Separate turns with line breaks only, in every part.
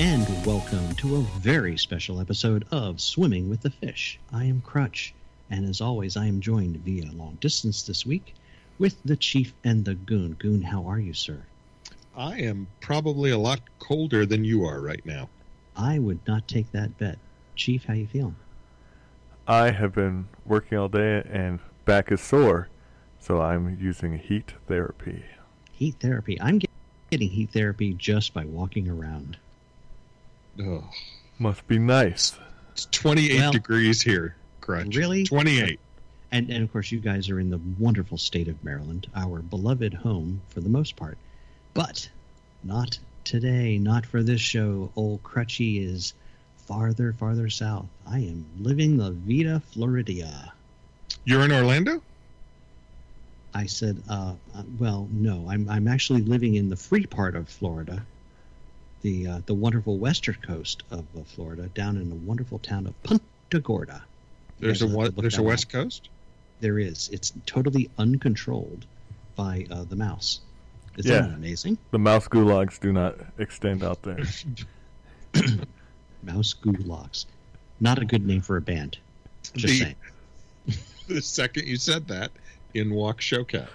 and welcome to a very special episode of Swimming with the Fish. I am Crutch, and as always, I am joined via long distance this week with the Chief and the Goon. Goon, how are you, sir?
I am probably a lot colder than you are right now.
I would not take that bet. Chief, how you feeling?
I have been working all day and back is sore, so I'm using heat therapy.
Heat therapy. I'm get- getting heat therapy just by walking around.
Ugh.
Must be nice.
It's 28
Well-
degrees here, Crutch.
Really?
28.
And, and of course, you guys are in the wonderful state of Maryland, our beloved home for the most part. But not today, not for this show. Old Crutchy is farther, farther south. I am living the Vita Floridia.
You're in Orlando?
I said, uh, uh, well, no, I'm, I'm actually living in the free part of Florida, the, uh, the wonderful western coast of uh, Florida, down in the wonderful town of Punta Gorda. You
There's
guys will
a
have
wa-
to look
there's
that
a
up.
West Coast.
There is. It's totally uncontrolled by uh, the mouse. Isn't
Yeah.
that amazing?
The mouse gulags do not extend out there.
Mouse Gulags. Not a good name for a band. Just
The-
saying.
The second you said that, in walked Showcat.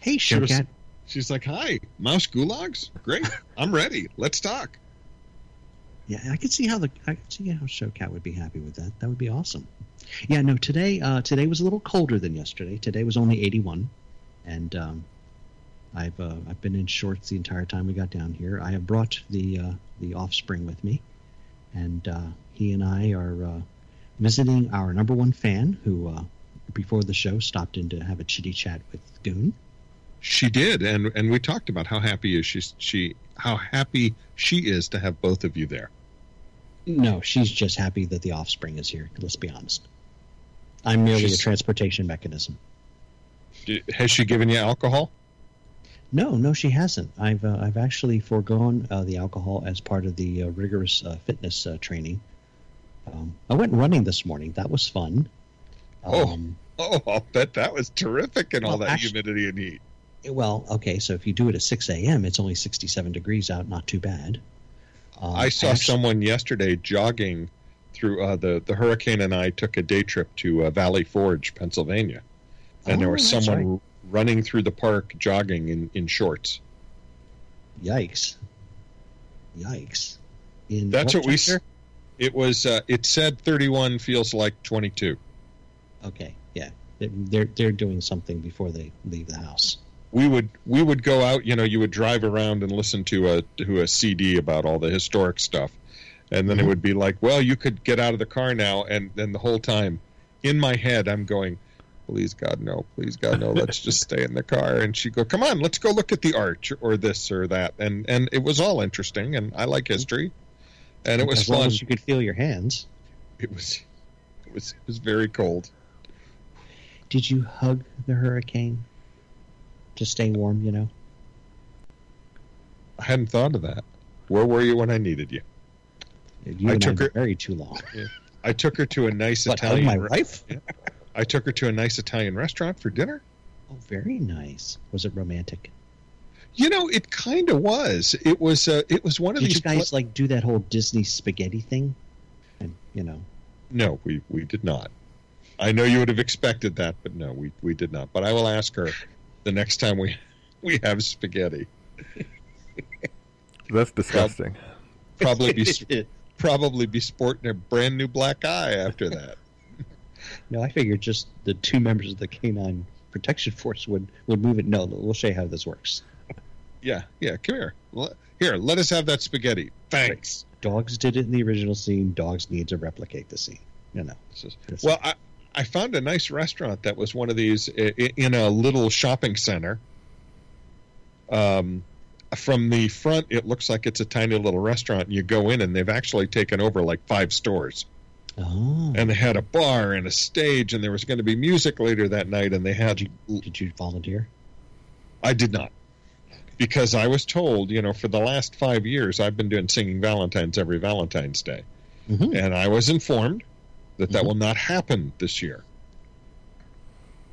Hey,
She was-
Showcat.
She's like, "Hi, Mouse Gulags. Great, I'm ready. Let's talk."
Yeah, I could see how the I could see how Showcat would be happy with that. That would be awesome. Yeah, no, today uh, today was a little colder than yesterday. Today was only 81, and um, I've uh, I've been in shorts the entire time we got down here. I have brought the uh, the offspring with me, and uh, he and I are uh, visiting our number one fan, who uh, before the show stopped in to have a chitty chat with Goon.
She did, and and we talked about how happy is she she how happy she is to have both of you there.
No, she's just happy that the offspring is here. Let's be honest. I'm merely
She's-
a transportation mechanism.
D- Has she given you alcohol?
No, no, she hasn't. I've uh, I've actually foregone uh, the alcohol as part of the uh, rigorous uh, fitness uh, training. Um, I went running this morning. That was fun. Um,
Oh. Oh, I'll bet that was terrific in all
Well,
that
actu-
humidity and heat.
well, okay. So if you do it at six a.m., it's only sixty-seven degrees out. Not too bad. Um,
I saw
actually-
someone yesterday jogging through uh, the the hurricane, and I took a day trip to uh, Valley Forge, Pennsylvania, and there
Oh,
was
that's
someone running through the park jogging in in shorts.
Yikes! Yikes! In
That's what we s-
temperature?
It was uh, it said thirty one feels like twenty two.
Okay, yeah, They're- they're they're doing something before they leave the house.
We would we would go out, you know, you would drive around and listen to a to a CD about all the historic stuff, and then
Mhm.
it would be like, well, you could get out of the car now, and then the whole time, in my head, I'm going. Please God no! Please God no! Let's just stay in the car. And she go, come on, let's go look at the arch or this or that. And and it was all interesting, and I like history, and it was
as
fun.
long as you could feel your hands.
It was, it was, it was very cold.
Did you hug the hurricane to stay warm? You know.
I hadn't thought of that. Where were you when I needed you?
You
I
and
took
I
her-
very too long.
I took her to a nice
But hug
Italian.
my
re-
wife?
I took her to a nice Italian restaurant for dinner.
Oh, very nice. Was it romantic?
You know, it kind of was. It was. Uh, it was one of
Did
these.
you guys like do that whole Disney spaghetti thing? And you know,
no, we we did not. I know you would have expected that, but no, we we did not. But I will ask her the next time we we have spaghetti.
That's disgusting.
Probably be probably be sporting a brand new black eye after that.
no, I figured just the two members of the Canine Protection Force would would move it. No, we'll show you how this works.
Yeah, yeah. Come here. Le- Here, let us have that spaghetti. Thanks.
Dogs did it in the original scene. Dogs need to replicate the scene. You know.
This is-
It's-
Well, I, I found a nice restaurant that was one of these i- i- in a little shopping center. Um, from the front, it looks like it's a tiny little restaurant, and you go in, and they've actually taken over like five stores.
oh,
And they had a bar and a stage, and there was going to be music later that night, and they had.
did you volunteer?
I did not. Because I was told, you know, for the last five years, I've been doing singing Valentine's every Valentine's Day.
Mhm.
and I was informed that that
Mhm.
will not happen this year.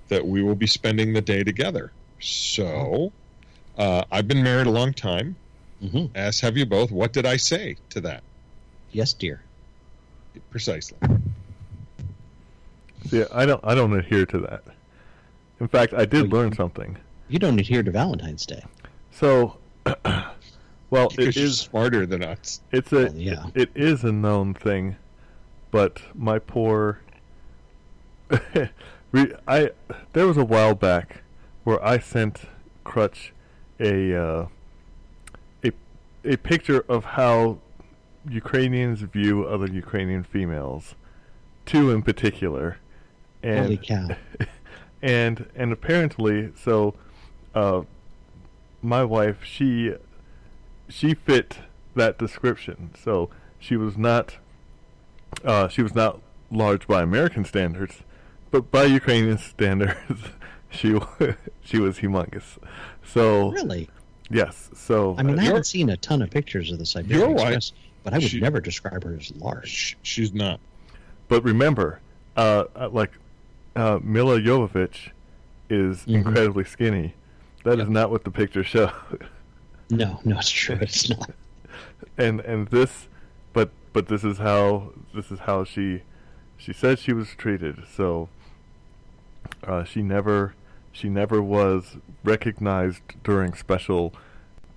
That we will be Mm-hmm. spending the day together. So, uh, I've been married a long time,
hmm
As have you both, what did I say to that?
Yes, dear.
Precisely.
Yeah, I don't. I don't adhere to that. In fact, I did
Well,
learn something.
You don't adhere to Valentine's Day.
So, well,
Because
it
you're
is.
smarter than us.
It's a.
Well, yeah.
It is a known thing, but my poor. Re- I there was a while back where I sent Crutch a uh, a a picture of how Ukrainians view other Ukrainian females, two in particular, and
Holy cow.
and and apparently so uh my wife she she fit that description so she was not uh she was not large by american standards but by ukrainian standards she wa- she was humongous so
Really?
yes so uh,
I mean, I
Uh, you're-
haven't seen a ton of pictures of the Siberian
You're right.
Express, but I would
She-
never describe her as large.
Sh- she's not.
But remember, uh, uh, like uh, Mila Jovovich is
Mhm.
incredibly skinny. That is
Yep.
not what the picture showed.
No, no, it's true. It's not.
and and this, but but this is how this is how she she said she was treated. So uh, she never she never was recognized during special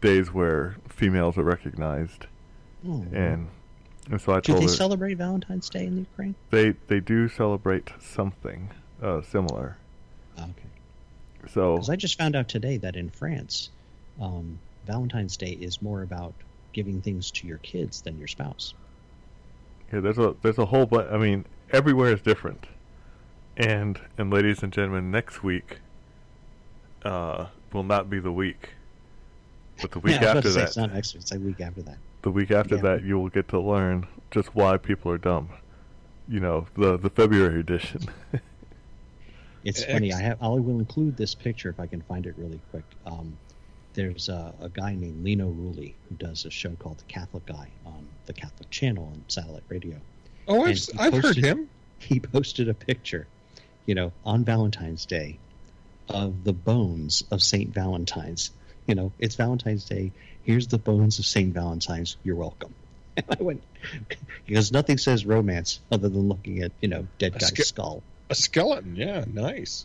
days where females are recognized.
Oh.
And and so I
Do
told
they
her
celebrate Valentine's Day in the Ukraine?
they they do celebrate something uh, similar.
Oh, okay.
So
Because I just found out today that in France, um, Valentine's Day is more about giving things to your kids than your spouse.
Yeah, there's a there's a whole bunch. I mean, everywhere is different. And and ladies and gentlemen, next week uh, will not be the week, but the week
Yeah, I was about
after
to say,
that,
It's not next week. It's a week after that.
the week after
yeah.
that, you will get to learn just why people are dumb. You know, the the February edition.
It's
E-, Ex-
funny. I have. I will include this picture if I can find it really quick. Um, there's a, a guy named Lino Ruli who does a show called The Catholic Guy on the Catholic Channel and satellite radio.
Oh, I've,
And
s-
he
I've heard
posted-
him.
He posted a picture, you know, on Valentine's Day, of the bones of Saint Valentine's. You know, it's Valentine's Day. Here's the bones of Saint Valentine's. You're welcome. And I went because nothing says romance other than looking at you know dead
A
guy's
sca-
skull.
A skeleton, yeah, nice.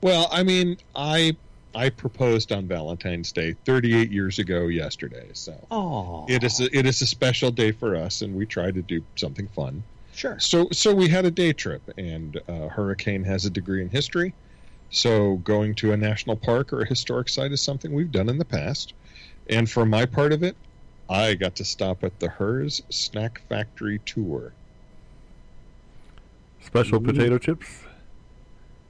Well, I mean, I I proposed on Valentine's Day 38 years ago yesterday, so
Oh,
it is a, it is a special day for us, and we try to do something fun.
sure.
So so we had a day trip, and uh, Hurricane has a degree in history, so going to a national park or a historic site is something we've done in the past. And for my part of it, I got to stop at the Hers Snack Factory tour.
Special
Ooh.
potato chips.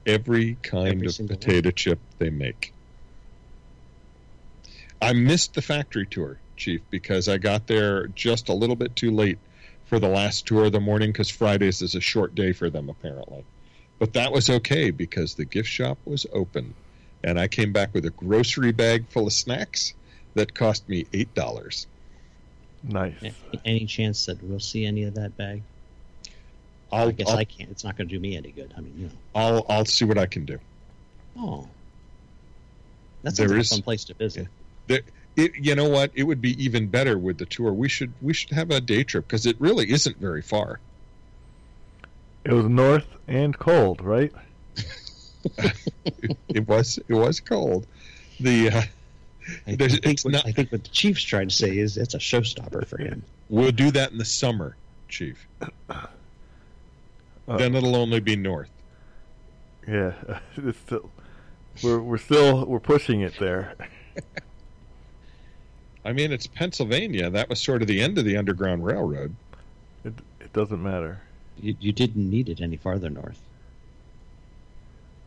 every kind
Every
of
single
potato chip they make. I missed the factory tour, Chief, because I got there just a little bit too late for the last tour of the morning because Fridays is a short day for them, apparently. But that was okay because the gift shop was open. And I came back with a grocery bag full of snacks that cost me $8.
Nice.
A- Any chance that we'll see any of that bag?
I'll,
I guess
I'll,
I can't. It's not going to do me any good. I mean, you know.
I'll, I'll see what I can do.
Oh, that's
There
like a
is-
fun place to visit.
it, you know what it would be even better with the tour we should we should have a day trip because it really isn't very far
It was north and cold, right?
it was it was cold the uh,
I, I
There's-
think
it's
what,
not-
I think what the chief's trying to say is it's a showstopper for him.
we'll do that in the summer chief
Uh,
then it'll only be north
Yeah, it's still, we're we're still we're pushing it there.
i mean it's pennsylvania that was sort of the end of the underground railroad
It it doesn't matter.
You, you didn't need it any farther north.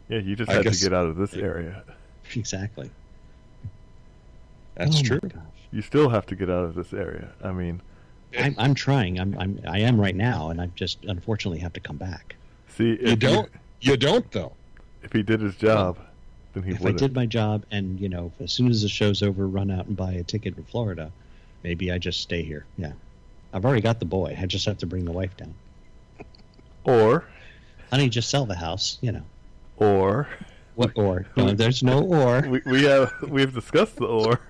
Yeah, you just
I
had to
guess-
get out of this area.
Exactly.
that's
Oh my
true
gosh.
You still have to get out of this area. I mean,
I'm, I'm trying. I'm, I'm I am right now, and I just unfortunately have to come back.
see,
you
if
don't you don't though
He, if he did his job, then he
If I
would.
did
have
my job, and you know, as soon as the show's over, run out and buy a ticket to Florida, maybe I just stay here. Yeah, I've already got the boy. I just have to bring the wife down.
Or
Honey, just sell the house. You know.
or
What or? No, there's no or.
we, we have we have discussed the or.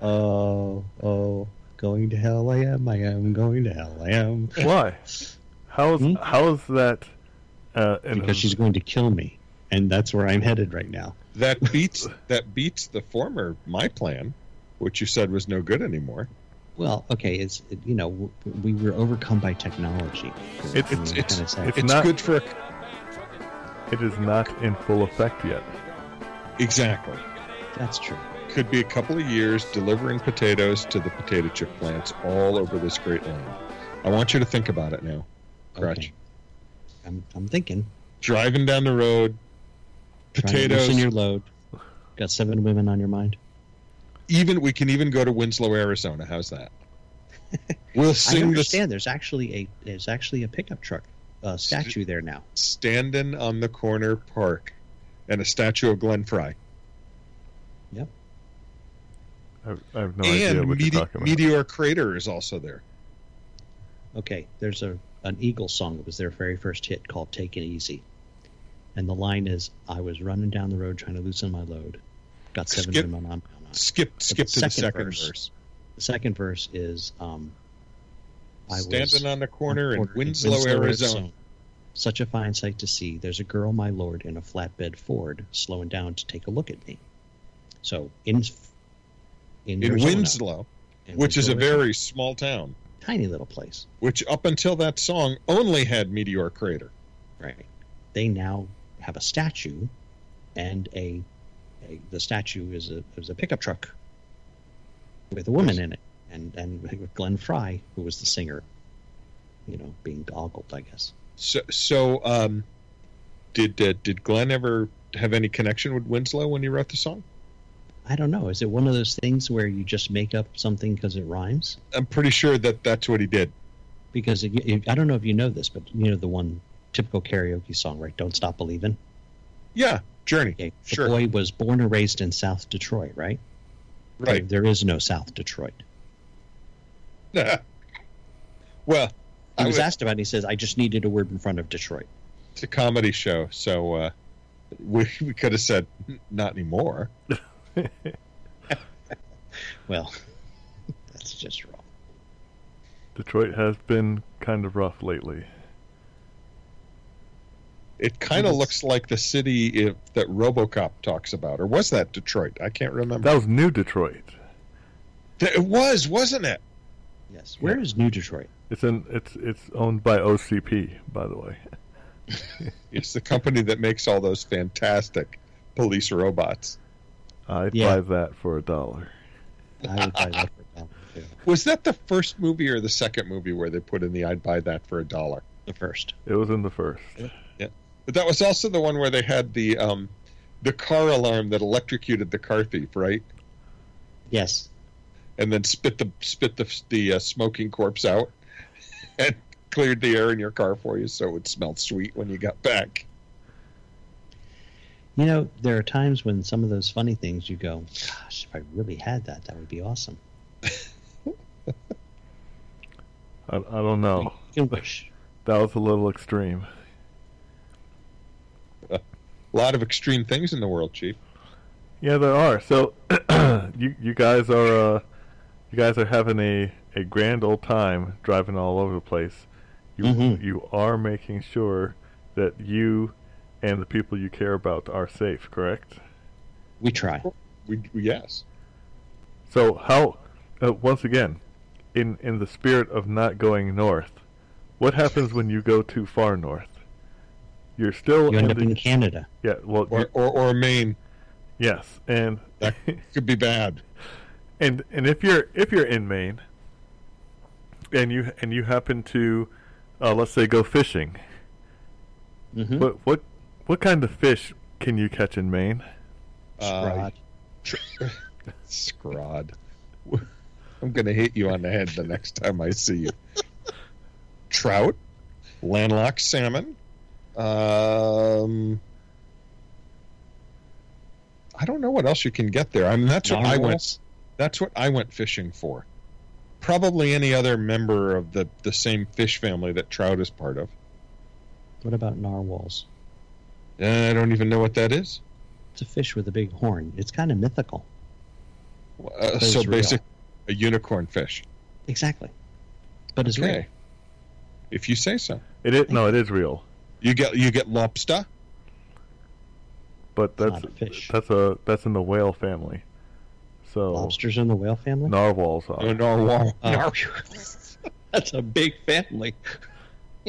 Oh, oh, going to hell I am. I am going to hell I am.
Why? How's
Hmm?
how's that? Uh, an
Because she's going to kill me, and that's where I'm headed right now.
That beats that beats the former my plan, which you said was no good anymore.
Well, okay, it's it, you know w- we were overcome by technology. I
It's-
mean,
it's-
kinda sad.
it's-
It's,
not-
good for a,
It is not in full effect yet.
exactly.
that's true.
Could be a couple of years delivering potatoes to the potato chip plants all over this great land. I want you to think about it now. Crutch.
Okay. I'm I'm thinking
Driving down the road,
trying to loosen
potatoes.
your load. Got seven women on your mind.
even we can even go to Winslow, Arizona. How's that? We'll
I
sing the
understand. There's actually a there's actually a pickup truck uh, statue there now.
standing on the corner park and a statue of Glenn Fry
I, I have no idea
and
what
Mete-
you're talking about.
Meteor Crater is also there.
Okay, there's a an Eagle song that was their very first hit called "Take It Easy," and the line is, "I was running down the road trying to loosen my load, got seven
Skip-
women on my mind."
Skip skip to
second
the second
verse.
verse.
The second verse is, um, "I was
Standing on the corner in
cornered
Winslow, Arizona.
Such a fine sight to see. There's a girl, my lord, in a flatbed Ford, slowing down to take a look at me." So in in,
In
Arizona,
Winslow,
in
which is a
Winslow,
very small town,
tiny little place.
which up until that song only had Meteor Crater.
Right. They now have a statue, and a, a the statue is a is a pickup truck with a woman in it, and and with Glenn Fry, who was the singer, you know, being ogled, I guess.
So so um did uh, did Glenn ever have any connection with Winslow when he wrote the song?
I don't know. Is it one of those things where you just make up something because it rhymes?
I'm pretty sure that that's what he did.
Because it, it- I don't know if you know this, but you know the one typical karaoke song, right? Don't stop believing.
Yeah, Journey.
Okay. The
Sure.
boy was born and raised in South Detroit, right?
Right.
There is no South Detroit.
well,
He was
I was-
asked about it and he says, I just needed a word in front of Detroit.
it's a comedy show, so uh, we, we could have said not anymore.
Well, that's just wrong.
Detroit has been kind of rough lately.
It kind of
Mhm.
looks like the city if, that RoboCop talks about, or was that Detroit? I can't remember.
That was New Detroit.
Th- it was, wasn't it?
Yes. Where is New Detroit?
It's in it's it's owned by OCP, by the way.
It's the company that makes all those fantastic police robots.
I'd
Yeah.
buy that for a dollar.
I would buy that for a dollar, too.
Was that the first movie or the second movie where they put in the "I'd buy that for a dollar"?
The first.
It was in the first.
But that was also the one where they had the um, the car alarm that electrocuted the car thief, right?
Yes.
and then spit the spit the the uh, smoking corpse out and cleared the air in your car for you so it would smell sweet when you got back.
You know, there are times when some of those funny things you go, gosh, if I really had that, that would be awesome.
I, I don't know.
You can wish.
That was a little extreme.
A lot of extreme things in the world, Chief.
Yeah, there are. So you you guys are uh, you guys are having a, a grand old time driving all over the place. You
Mhm.
you are making sure that you and the people you care about are safe, correct?
We try.
We, we- yes,
So how uh, once again, in in the spirit of not going north, what happens when you go too far north? You're still
You end
in
up
the,
in Canada.
yeah, well
or or, or Maine
yes, and
That- could be bad.
and and if you're if you're in Maine, and you and you happen to, uh, let's say, go fishing,
Mm-hmm.
what what what kind of fish can you catch in Maine?
Uh, tr- Scrod. I'm gonna hit you on the head the next time I see you. Trout, landlocked salmon. Um, I don't know what else you can get there. I mean, that's what I went. That's what I went fishing for. Probably any other member of the the same fish family that trout is part of.
What about narwhals?
Uh, I don't Eh, even know what that is.
It's a fish with a big horn. It's kind of mythical.
Uh,
Those
so
real.
basic, a unicorn fish.
Exactly. But it's real.
Okay. If you say so.
It is no, it is real,
You get you get lobster.
but
It's
that's
not a fish.
that's a that's in the whale family. So
Lobsters in the whale family?
narwhals
No,
are.
narwhal.
Oh. That's a big family.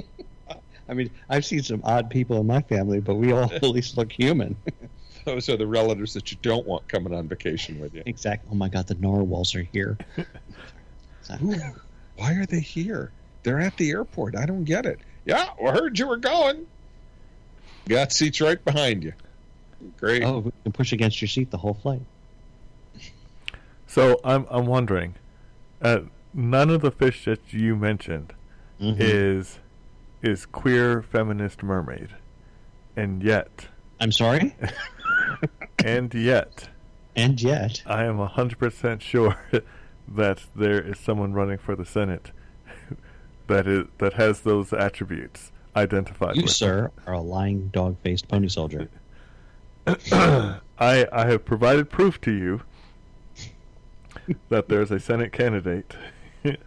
I mean, I've seen some odd people in my family, but we all at least look human.
Those are the relatives that you don't want coming on vacation with you.
Exactly. Oh my God, the narwhals are here. So-
Why are they here? They're at the airport. I don't get it. Yeah, I heard you were going. Got seats right behind you. Great.
oh, we can push against your seat the whole flight.
So I'm I'm wondering, uh, none of the fish that you mentioned
Mhm.
is is queer feminist mermaid, and yet
I'm sorry?
and yet
And yet,
I am hundred percent sure that there is someone running for the Senate that is that has those attributes identified.
you,
with.
sir, are a lying dog faced pony soldier.
I I have provided proof to you that there's a Senate candidate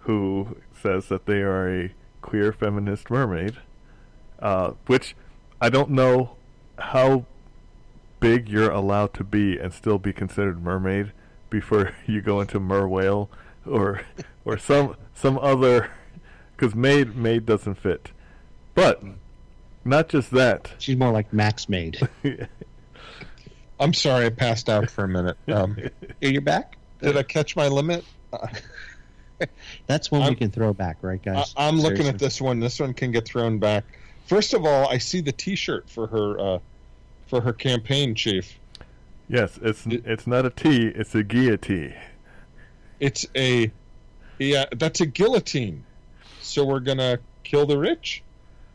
who says that they are a queer feminist mermaid, uh, which I don't know how big you're allowed to be and still be considered mermaid before you go into mer whale or or some some other because maid maid doesn't fit, but not just that.
She's more like Max Maid.
I'm sorry, I passed out for a minute. Um,
Are you back?
did I catch my limit?
That's one we
I'm-
can throw back, right,
I,
guys?
I'm looking at
Seriously.
this one. This one can get thrown back. First of all, I see the T-shirt for her uh, for her campaign chief.
Yes, it's
It-
it's not a T, it's a guillotine.
It's a yeah, that's a guillotine. So we're gonna kill the rich,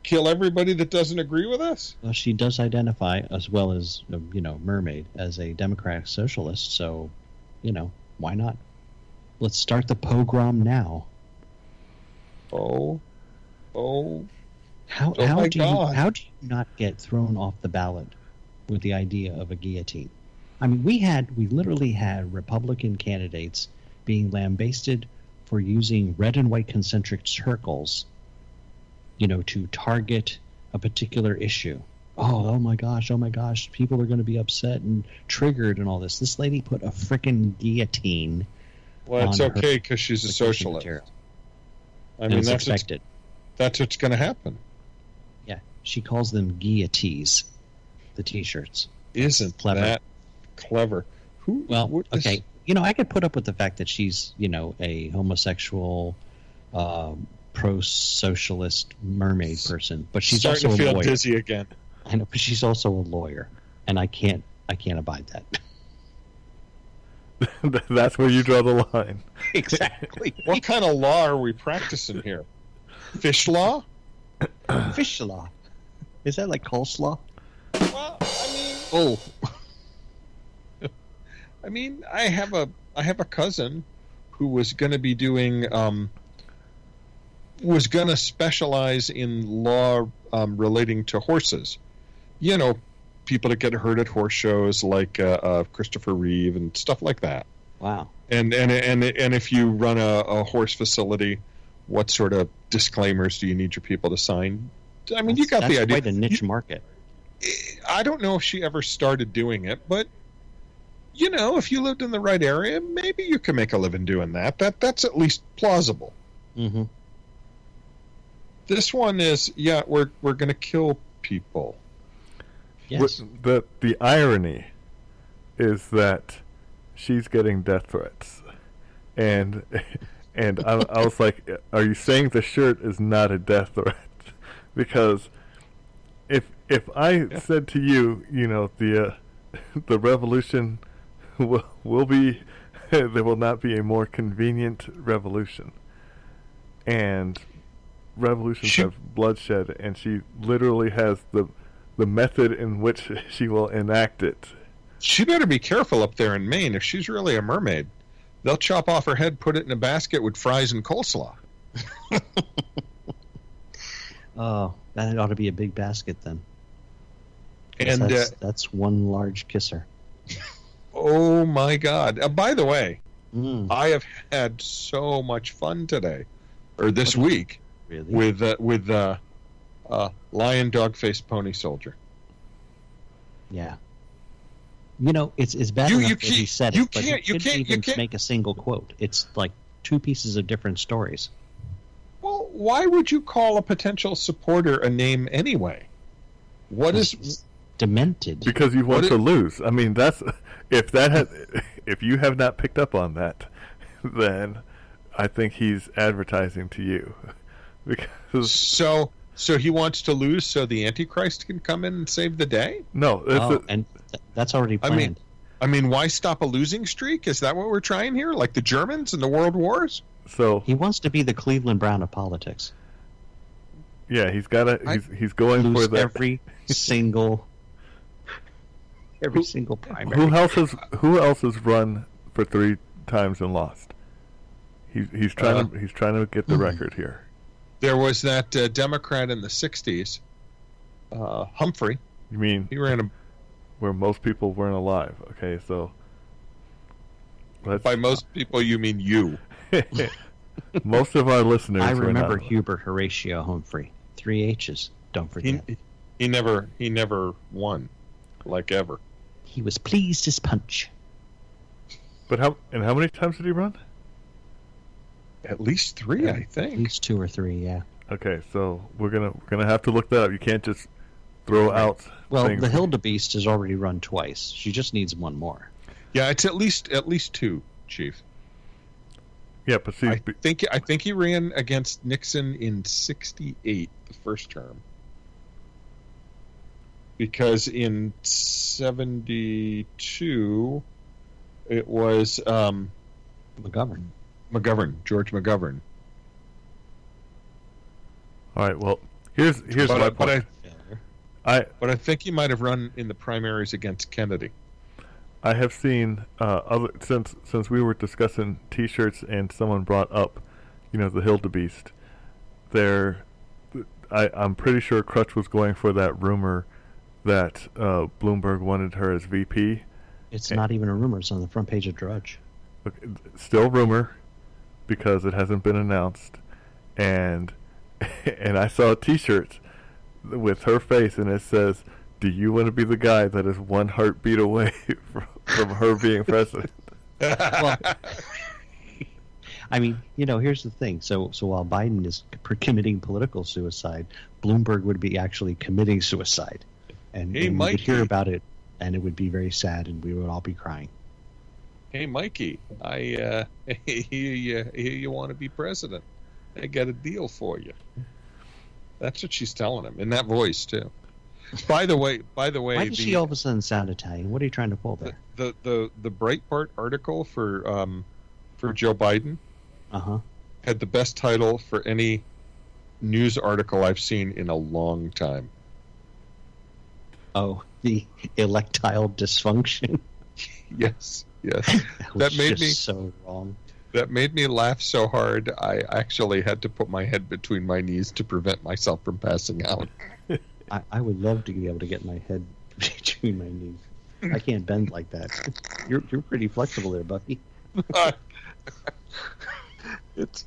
kill everybody that doesn't agree with us.
Well, she does identify, as well as um, you know, mermaid, as a democratic socialist. So, you know, why not? Let's start the pogrom now.
Oh, oh,
How
Oh
how
my
do
God.
you how do you not get thrown off the ballot with the idea of a guillotine? I mean, we had we literally had Republican candidates being lambasted for using red and white concentric circles, you know, to target a particular issue. Oh, oh my gosh, oh my gosh, people are going to be upset and triggered and all this. This lady put a frickin' guillotine.
well, it's
On her-
okay because she's
in
a
the
socialist.
material.
I
And
mean,
it's
that's what's,
expected.
that's what's gonna happen.
Yeah, she calls them guillotines, the T-shirts.
Isn't
Clever.
that clever? Who?
Well,
what is-
okay. You know, I could put up with the fact that she's, you know, a homosexual, um, pro-socialist mermaid person, but she's
starting
also
to
a
feel
lawyer.
dizzy again.
I know, but she's also a lawyer, and I can't, I can't abide that.
That's where you draw the line.
exactly.
What kind of law are we practicing here? Fish law?
Fish law. Is that like coleslaw?
Well, I mean,
Oh,
Oh. I mean, I have a I have a cousin who was going to be doing um, was going to specialize in law um, relating to horses. You know, people that get hurt at horse shows, like uh, uh, Christopher Reeve and stuff like that.
wow.
And and and and if you run a, a horse facility, what sort of disclaimers do you need your people to sign? I mean, you got
That's
the idea.
Quite a niche market.
I don't know if she ever started doing it, but you know, if you lived in the right area, maybe you can make a living doing that. That that's at least plausible.
hmm
This one is, yeah, we're we're gonna kill people.
Yes.
Wh- The the irony is that she's getting death threats, and and I, I was like, "Are you saying the shirt is not a death threat?" Because if if I said to you, you know, the uh, the revolution will, will be there will not be a more convenient revolution, and revolutions
She-
have bloodshed, and she literally has the the method in which she will enact it.
She better be careful up there in Maine if she's really a mermaid. They'll chop off her head, put it in a basket with fries and coleslaw.
Oh, that ought to be a big basket then.
And uh,
that's, that's one large kisser.
oh my god! Uh, by the way,
Mm,
I have had so much fun today, or this week,
really?
with uh, with uh, uh, lion, dog face, pony soldier.
yeah. You know, it's it's bad
You-
enough
you
that he
can't-
said
you
it, but
can't-
he couldn't
you can't- you
even
can't-
make a single quote. It's like two pieces of different stories.
Well, why would you call a potential supporter a name anyway? What is?
It's demented?
because you want
What
to
it-
lose. I mean, that's if that has, if you have not picked up on that, then I think he's advertising to you because
So so he wants to lose so the antichrist can come in and save the day?
no, that's
oh, and th- that's already
I
planned.
mean- I mean, why stop a losing streak? Is that what we're trying here? Like the Germans in the World Wars?
so
he wants to be the Cleveland Brown of politics.
yeah. He's got to
I-
he's he's going for
Lose
the
every single every single primary.
Who else has Who else has run for three times and lost? He's he's trying to he's trying to get the record here.
There was that uh, Democrat in the '60s, uh, Humphrey.
You mean
He ran a,
where most people weren't alive? Okay, so let's,
by most people. You mean you?
most of our listeners.
I
were
remember
not-
Hubert Horatio Humphrey. Three H's. Don't
He,
forget.
he never he never won, like ever.
He was pleased as punch.
But how and how many times did he run?
At least three, I
At
think.
least two or three, yeah.
Okay, so we're gonna we're gonna have to look that up. You can't just throw out.
Well,
things.
the Hilda Beast has already run twice. She just needs one more.
Yeah, it's at least at least two, Chief.
Yeah, but see,
I
be-
think I think he ran against Nixon in '68, the first term, because in '72 it was um,
McGovern.
McGovern, George McGovern.
all right. Well, here's here's
but,
my
but I
point. I
but I think he might have run in the primaries against Kennedy.
I have seen uh, other since since we were discussing T-shirts and someone brought up, you know, the Hilda Beast. There, I I'm pretty sure Crutch was going for that rumor that uh, Bloomberg wanted her as VP.
It's not even a rumor. It's on the front page of Drudge.
Okay, Still rumor, because it hasn't been announced, and and I saw T-shirts with her face and it says, "Do you want to be the guy that is one heartbeat away from, from her being president?"
Well, I mean, you know, here's the thing. So, so while Biden is c- committing political suicide, Bloomberg would be actually committing suicide, and,
Hey,
and we would
Mikey.
hear about it, and it would be very sad, and we would all be crying.
hey, Mikey, I uh, hear you, hear you want to be president. I got a deal for you. That's what she's telling him in that voice too. By the way, by the way,
Why does
the,
she all of a sudden sound Italian? What are you trying to pull there?
the the the Breitbart article for um, for Joe Biden
Uh huh.
had the best title for any news article I've seen in a long time.
Oh, the electile dysfunction.
Yes, yes.
That,
That
was
made
just
me-
so wrong.
That made me laugh so hard, I actually had to put my head between my knees to prevent myself from passing out.
I, I would love to be able to get my head between my knees. I can't bend like that. You're you're pretty flexible there, Bucky.
It's,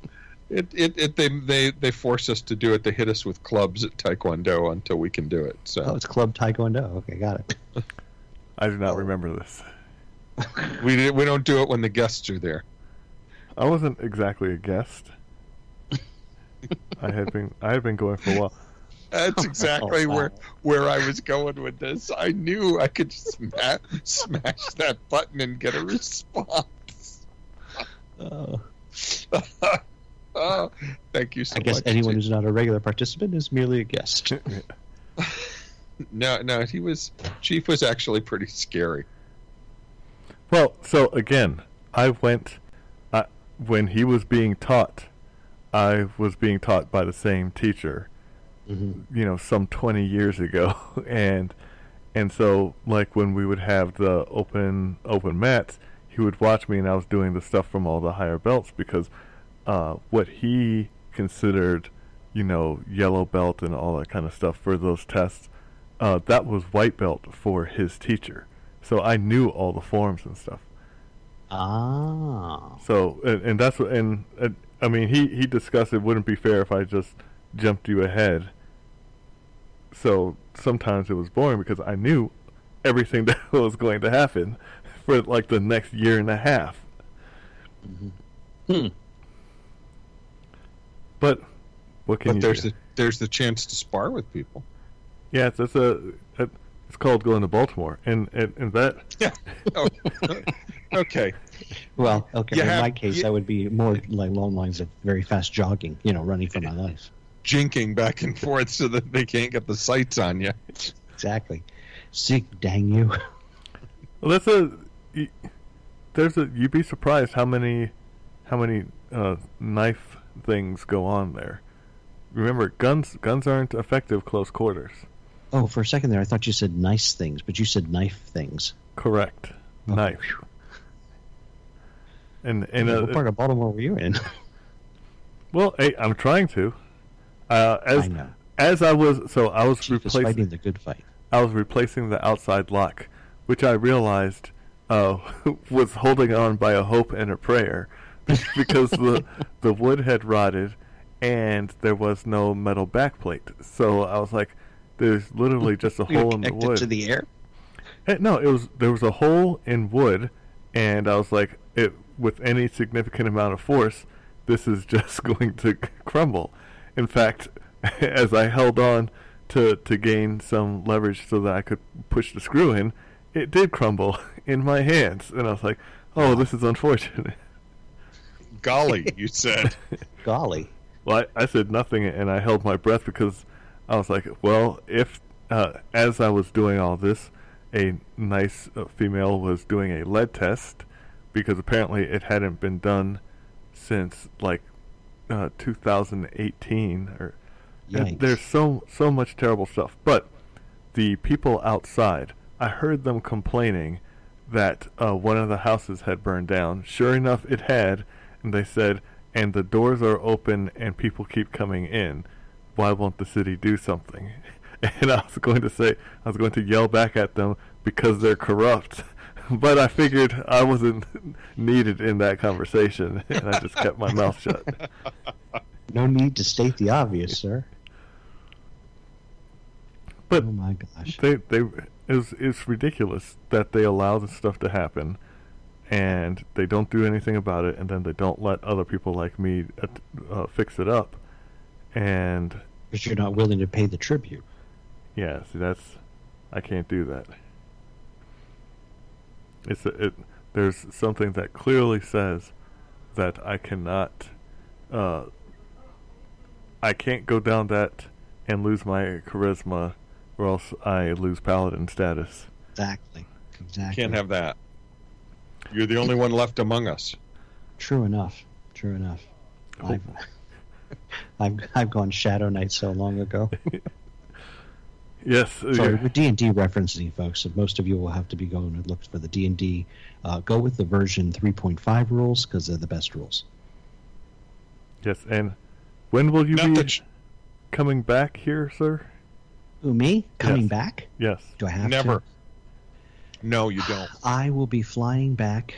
it, it, it, they, they, they force us to do it. They hit us with clubs at Taekwondo until we can do it.
Oh,
So
it's Club Taekwondo. Okay, got it.
I do not remember this.
Oh.
we, di- we don't do it when the guests are there.
I wasn't exactly a guest. I had been I had been going for a while.
That's exactly
Oh, wow.
where, where I was going with this. I knew I could smash, smash that button and get a response.
Uh,
oh, thank you so
I guess
much.
anyone
Jim.
who's not a regular participant is merely a guest.
No, no, he was Chief was actually pretty scary.
Well, so again, I went I, when he was being taught. I was being taught by the same teacher,
Mhm.
you know, some 20 years ago, and and so like when we would have the open open mats, he would watch me, and I was doing the stuff from all the higher belts because uh, what he considered, you know, yellow belt and all that kind of stuff for those tests, uh, that was white belt for his teacher. so I knew all the forms and stuff.
Ah.
So and, and that's what and, and I mean he he discussed it wouldn't be fair if I just jumped you ahead. So sometimes it was boring because I knew everything that was going to happen for like the next year and a half.
Hmm.
But what can
but
you
there's
do?
the there's the chance to spar with people.
yeah, it's, it's a it, it's called going to Baltimore, and and, and that
Oh, okay.
Well, okay.
You
in
have-
my case,
you-
that would be more like long lines of very fast jogging. You know, running for my life.
Jinking back and forth so that they can't get the sights on you.
Exactly. Sick, dang you.
well, that's a y- there's a you'd be surprised how many how many uh, knife things go on there. Remember, guns guns aren't effective close quarters.
Oh, for a second there, I thought you said nice things, but you said knife things.
Correct,
Oh,
knife. And and
what
uh,
part of Baltimore were you in?
well, hey, I'm trying to. Uh,
I
as
know.
as I was, so I was
Chief is
replacing.
fighting the good fight.
I was replacing the outside lock, which I realized uh, was holding on by a hope and a prayer, because the the wood had rotted, and there was no metal backplate. So I was like, "There's literally just a hole in the
Connected
wood."
to the air.
Hey, no, it was there was a hole in wood, and I was like, it with any significant amount of force, this is just going to crumble. In fact, as I held on to to gain some leverage so that I could push the screw in, it did crumble in my hands, and I was like, oh, this is unfortunate.
Golly, you said.
Golly.
Well, I, I said nothing, and I held my breath because I was like, "Well, if uh, as I was doing all this, a nice uh, female was doing a lead test, because apparently it hadn't been done since like uh, 2018 or and
Yikes.
there's so so much terrible stuff. But the people outside, I heard them complaining that uh, one of the houses had burned down. Sure enough, it had, and they said, "And the doors are open, and people keep coming in. Why won't the city do something?" And I was going to say, I was going to yell back at them because they're corrupt. But I figured I wasn't needed in that conversation, and I just kept my mouth shut.
No need to state the obvious, sir.
But
oh my gosh.
they they it's it's ridiculous that they allow this stuff to happen and they don't do anything about it and then they don't let other people like me uh, t- uh, fix it up and
But you're not willing to pay the tribute.
yeah see that's i can't do that it's a, it there's something that clearly says that i cannot uh i can't go down that and lose my charisma or else i lose paladin status
Exactly. Exactly.
Can't have that. You're the only one left among us.
True enough. True enough.
Oh.
I've, I've I've gone Shadow Knight so long ago.
Yes. uh,
Sorry,
yeah.
we're D and D referencing, folks. So most of you will have to be going and look for the D and D. uh, Go with the version 3.5 rules because they're the best rules.
Yes. And when will you
Not
be
that sh-
coming back here, sir?
Who me coming
Yes.
back?
Yes.
Do I have to?
never. No, you don't.
I will be flying back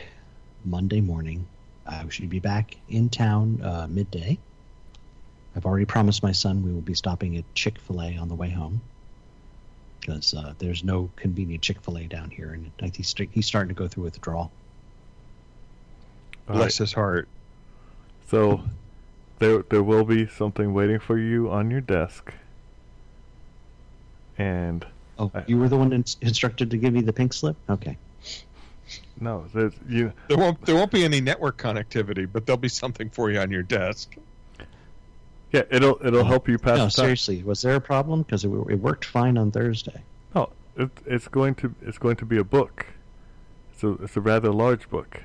Monday morning. I should be back in town uh, midday. I've already promised my son we will be stopping at Chick fil A on the way home because uh, there's no convenient Chick fil A down here. And I think he's, he's starting to go through withdrawal.
All
Bless
right.
his heart.
So there there will be something waiting for you on your desk. And
Oh,
I-
you were the one ins- instructed to give me the pink slip? Okay.
no, there's you
There won't there won't be any network connectivity, but there'll be something for you on your desk.
yeah, it'll it'll help you pass
no,
the time.
seriously, was there a problem? Because it, it worked fine on Thursday.
No, it, it's going to it's going to be a book. So it's a rather large book.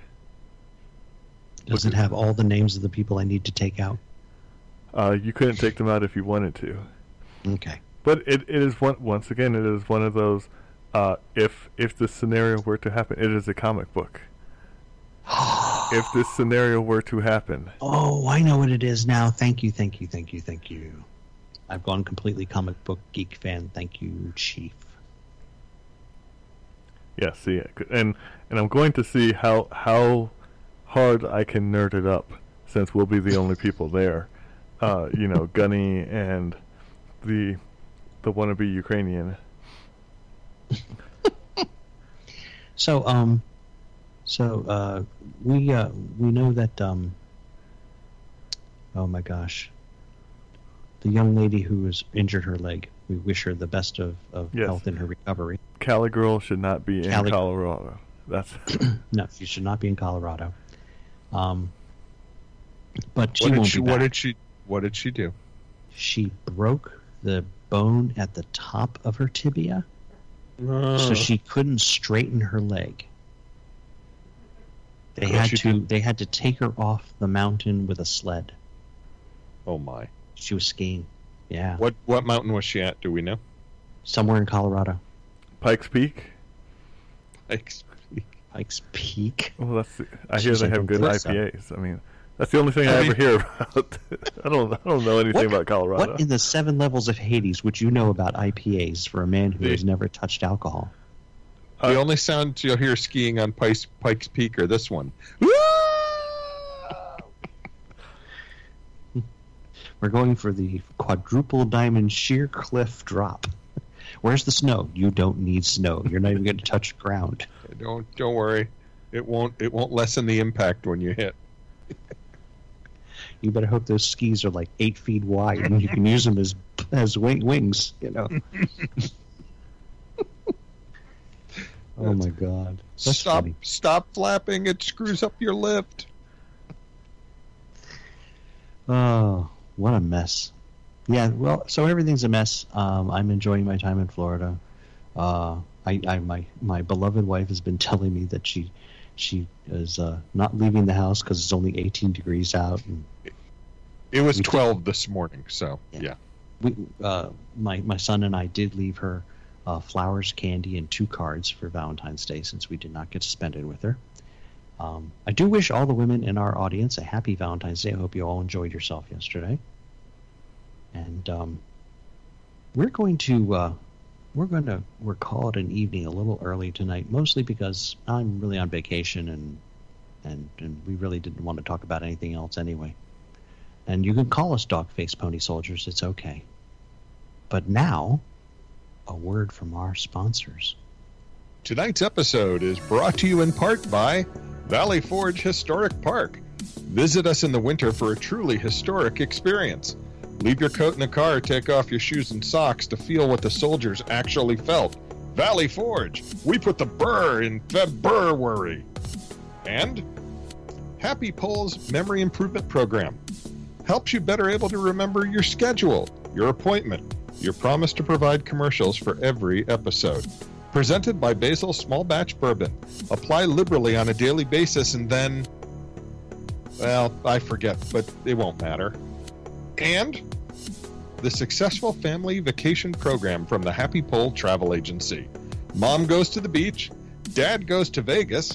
Does it have all the names of the people I need to take out?
Uh, you couldn't take them out if you wanted to.
Okay.
But it, it is one once again it is one of those uh, if if this scenario were to happen, it is a comic book. if this scenario were to happen,
Oh, I know what it is now. Thank you, thank you, thank you, thank you. I've gone completely comic book geek fan. Thank you, Chief.
Yeah, see, I could- and and I'm going to see how how hard I can nerd it up since we'll be the only people there. Uh, you know, Gunny and the the wannabe Ukrainian.
So, um, so uh, we uh, we know that. Um, oh my gosh, the young lady who has injured her leg. We wish her the best of, of
Yes.
health in her recovery.
Cali girl should not be in
Cali-
Colorado. That's
No, she should not be in Colorado. Um, but she
what did
won't
she?
be
What
back.
did she? What did she do?
she broke the bone at the top of her tibia,
Uh,
so she couldn't straighten her leg. They
Well,
had
she
to they had to take her off the mountain with a sled.
oh my!
She was skiing. Yeah.
What what mountain was she at? Do we know?
Somewhere in Colorado.
Pike's Peak.
Pikes Peak.
Pikes Peak.
Well, that's. I
She
hear they
said
have
the
good
cliffs up.
IPAs. I mean, that's the only thing I,
I
ever
mean-
hear about. I don't. I don't know anything
What-
about Colorado.
What in the seven levels of Hades would you know about IPAs for a man who
The-
has never touched alcohol?
the only sound you'll hear skiing on Pikes, Pikes Peak are this one.
We're going for the quadruple diamond sheer cliff drop. Where's the snow? You don't need snow. You're not even going to touch ground.
Don't don't worry, it won't it won't lessen the impact when you hit.
You better hope those skis are like eight feet wide and you can use them as as wing, wings. You know. oh my god! That's
stop
funny.
stop flapping! It screws up your lift.
Oh, what a mess. Yeah, well, so everything's a mess. Um, I'm enjoying my time in Florida. Uh, I, I my my beloved wife has been telling me that she she is uh, not leaving the house because it's only 18 degrees out. And
It was twelve this morning, so
Mm-hmm. Yeah.
yeah.
we, uh, my my son and I did leave her uh, flowers, candy, and two cards for Valentine's Day since we did not get to spend it with her. Um, I do wish all the women in our audience a happy Valentine's Day. I hope you all enjoyed yourself yesterday. And um, we're going to uh, we're going to we're called an evening a little early tonight, mostly because I'm really on vacation and and and we really didn't want to talk about anything else anyway. And you can call us Dogface Pony Soldiers. It's okay. But now, a word from our sponsors.
Tonight's episode is brought to you in part by Valley Forge Historic Park. Visit us in the winter for a truly historic experience. Leave your coat in the car, take off your shoes and socks to feel what the soldiers actually felt. Valley Forge, we put the burr in February. And Happy Poles Memory Improvement Program helps you better able to remember your schedule, your appointment, your promise to provide commercials for every episode. Presented by Basil Small Batch Bourbon. Apply liberally on a daily basis and then. Well, I forget, but it won't matter. And the successful family vacation program from the Happy Pole Travel Agency. Mom goes to the beach, Dad goes to Vegas,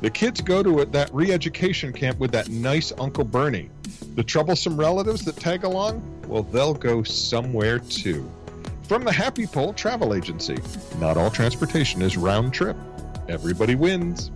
the kids go to that re education camp with that nice Uncle Bernie. The troublesome relatives that tag along, well, they'll go somewhere too. From the Happy Pole Travel Agency. Not all transportation is round trip. Everybody wins.